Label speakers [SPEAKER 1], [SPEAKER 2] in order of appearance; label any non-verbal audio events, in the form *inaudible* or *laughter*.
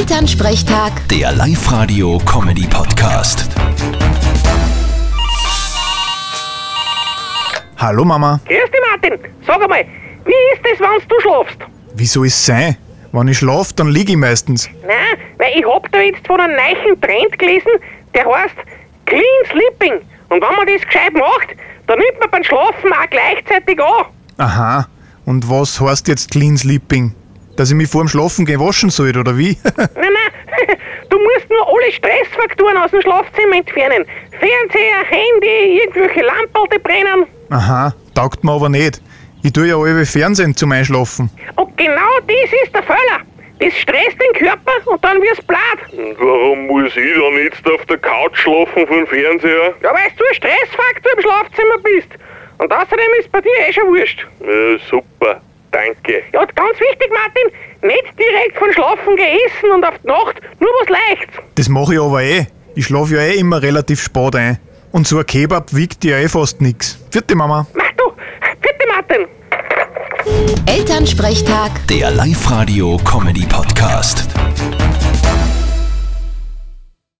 [SPEAKER 1] Elternsprechtag,
[SPEAKER 2] Der Live-Radio-Comedy-Podcast.
[SPEAKER 3] Hallo Mama,
[SPEAKER 4] Grüß dich, Martin. Sag einmal, wie ist es, wenn du schlafst?
[SPEAKER 3] wie soll es sein? Wenn ich schlafe, dann liege ich meistens.
[SPEAKER 4] Nein, weil ich hab da jetzt von einem neuen Trend gelesen, der heißt Clean Sleeping. Und wenn man das gescheit macht, dann nimmt man beim Schlafen auch gleichzeitig an.
[SPEAKER 3] Aha, und was heißt jetzt Clean Sleeping? Dass ich mich vorm Schlafen gehen waschen soll, oder wie? *laughs*
[SPEAKER 4] Nein, nein, *laughs* du musst nur alle Stressfaktoren aus dem Schlafzimmer entfernen. Fernseher, Handy, irgendwelche Lampen, die brennen.
[SPEAKER 3] Aha, taugt mir aber nicht. Ich tue ja alle Fernsehen zum Einschlafen.
[SPEAKER 4] Und genau das ist der Fehler. Das stresst den Körper und dann wirst blatt.
[SPEAKER 5] Und warum muss ich dann jetzt auf der Couch schlafen vom Fernseher?
[SPEAKER 4] Ja, weil du ein Stressfaktor im Schlafzimmer bist. Und außerdem ist bei dir eh schon wurscht.
[SPEAKER 5] Äh, super, danke.
[SPEAKER 4] Ja, und ganz wichtig, Martin, nicht direkt von Schlafen geessen und auf die Nacht, nur was Leichtes.
[SPEAKER 3] Das mache ich aber eh. Ich schlafe ja eh immer relativ spät ein. Und so ein Kebab wiegt ja eh fast nix. Vierte Mama.
[SPEAKER 4] Mach du, bitte, Martin.
[SPEAKER 1] Elternsprechtag.
[SPEAKER 2] Der Live-Radio-Comedy-Podcast.